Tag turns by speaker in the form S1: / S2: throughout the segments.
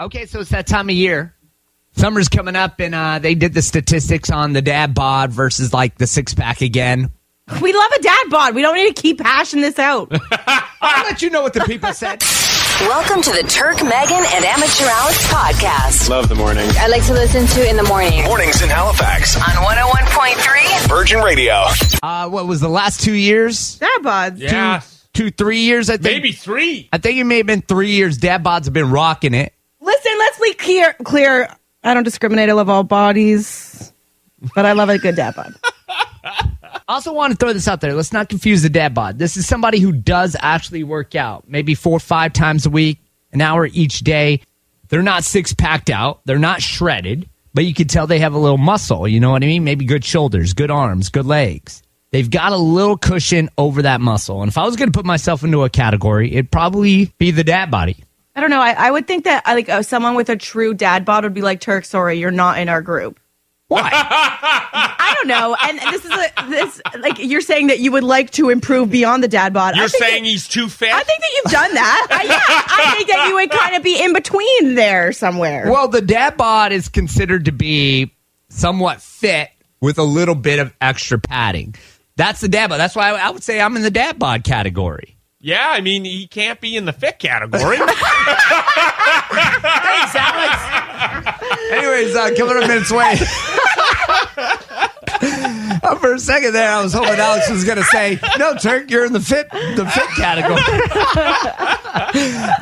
S1: Okay, so it's that time of year. Summer's coming up, and uh, they did the statistics on the dad bod versus like the six pack again.
S2: We love a dad bod. We don't need to keep hashing this out.
S1: I'll let you know what the people said.
S3: Welcome to the Turk, Megan, and Amateur Alex podcast.
S4: Love the morning.
S3: I like to listen to in the morning
S5: Mornings in Halifax on
S3: on 101.3.
S5: Virgin Radio.
S1: Uh, what was the last two years?
S2: dad bods.
S6: Yes.
S1: Two, three years, I think.
S6: Maybe three.
S1: I think it may have been three years. Dad bods have been rocking it.
S2: Listen, let's be clear. Clear. I don't discriminate. I love all bodies, but I love a good dad bod.
S1: Also, want to throw this out there. Let's not confuse the dad bod. This is somebody who does actually work out, maybe four or five times a week, an hour each day. They're not six packed out, they're not shredded, but you can tell they have a little muscle. You know what I mean? Maybe good shoulders, good arms, good legs. They've got a little cushion over that muscle. And if I was going to put myself into a category, it'd probably be the dad body.
S2: I don't know. I, I would think that I like uh, someone with a true dad bod would be like Turk. Sorry, you're not in our group.
S1: Why?
S2: I don't know. And this is a, this like you're saying that you would like to improve beyond the dad bod. I
S6: You're
S2: think
S6: saying
S2: that-
S6: he's too fat?
S2: I think that you've done that. I, yeah, I think that you would kind of be in between there somewhere.
S1: well, the dad bod is considered to be somewhat fit with a little bit of extra padding. That's the dad bod. That's why I I would say I'm in the dad bod category.
S6: yeah, I mean, he can't be in the fit category.
S1: Thanks, Alex. Anyways, uh, coming up minutes away. Uh, For a second there, I was hoping Alex was going to say, "No, Turk, you're in the fit, the fit category."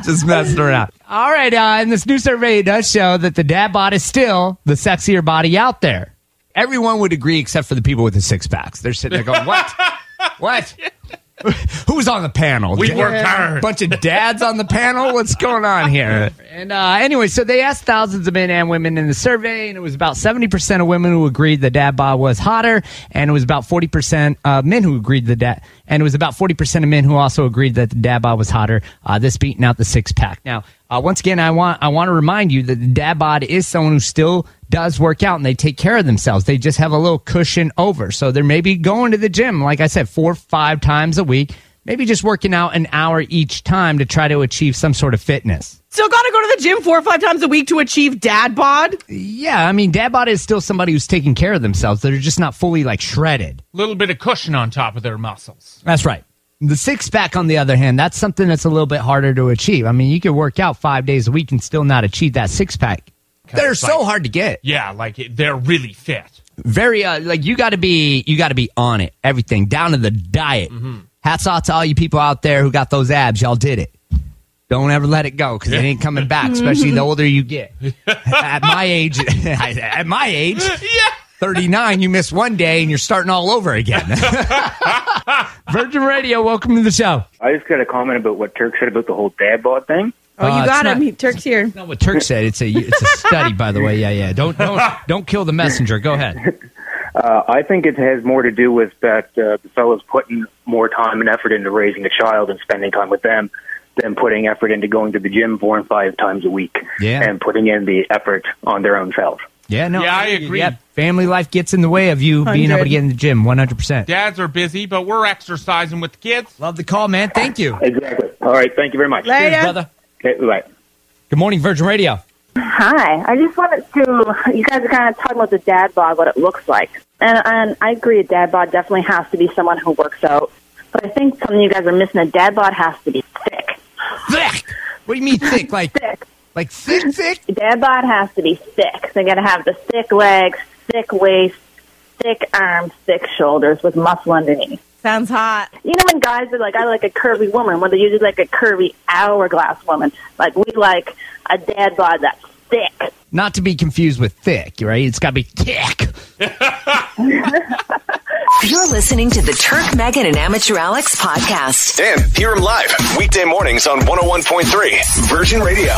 S1: Just messing around. All right, uh, and this new survey does show that the dad bod is still the sexier body out there. Everyone would agree, except for the people with the six packs. They're sitting there going, "What? What? Who's on the panel?
S6: we
S1: Yeah
S6: worked hard.
S1: bunch of dads on the panel. What's going on here? And uh, anyway, so they asked thousands of men and women in the survey, and it was about 70% of women who agreed the dad bod was hotter, and it was about 40% uh, men who agreed the dad, and it was about 40% of men who also agreed that the dad bod was hotter. Uh, this beating out the six pack. Now, uh, once again, I want I want to remind you that the dad bod is someone who still does work out and they take care of themselves. They just have a little cushion over, so they're maybe going to the gym, like I said, four or five times a week maybe just working out an hour each time to try to achieve some sort of fitness.
S2: Still got to go to the gym four or five times a week to achieve dad bod.
S1: Yeah, I mean, dad bod is still somebody who's taking care of themselves. They're just not fully like shredded.
S6: little bit of cushion on top of their muscles.
S1: That's right. The six pack, on the other hand, that's something that's a little bit harder to achieve. I mean, you could work out five days a week and still not achieve that six pack. They're
S6: it's
S1: so
S6: like-
S1: hard to get.
S6: Yeah, like it- they're really fit.
S1: Very uh, like you got to be you got to be on it. Everything down to the diet.
S2: Mm-hmm.
S1: Hats off to all you people out there who got those abs. Y'all did it. Don't ever let it go because it ain't coming back, especially the older you get. at my age, at my age,
S6: Yeah.
S1: 39, you miss one day and you're starting all over again. Virgin Radio, welcome to the show.
S7: I just got a comment about what Turk said about the whole dad bod thing.
S2: Oh,
S1: Uh,
S2: you got
S1: it's
S2: him. He Turk's here.
S1: Not what Turk said. It's a it's a study, by the way. Yeah, yeah. Don't don't don't kill the messenger. Go ahead.
S7: Uh, I think it has more to do with that uh, the fellows putting more time and effort into raising a child and spending time with them than putting effort into going to the gym four and five times a week
S1: Yeah.
S7: and putting in the effort on their own self.
S1: Yeah, no.
S6: Yeah, I agree.
S1: family life gets in the way of you being able to
S2: 100.
S1: get in the gym. One hundred percent.
S6: Dads are busy, but we're exercising with the kids.
S1: Love the call, man. Thank you,
S7: Exactly. All right. Thank you very much.
S2: Later.
S1: brother.
S7: Okay, bye.
S1: Good morning, Virgin Radio.
S8: Hi, I just wanted to. You guys are kind of talking about the dad bod, what it looks like, and and I agree. A dad bod definitely has to be someone who works out, but I think something you guys are missing. A dad bod has to be thick.
S1: Thick. What do you mean thick? Like like thick, thick.
S8: A dad bod has to be thick. They got to have the thick legs, thick waist, thick arms, thick shoulders with muscle underneath.
S2: Sounds hot.
S8: You know when guys are like, I like a curvy woman. Well, they're usually like a curvy hourglass woman. Like we like a dad bod that's thick.
S1: Not to be confused with thick, right? It's got to be thick.
S3: You're listening to the Turk, Megan, and Amateur Alex podcast.
S5: oh And hear him live weekday mornings on 101.3 Virgin Radio.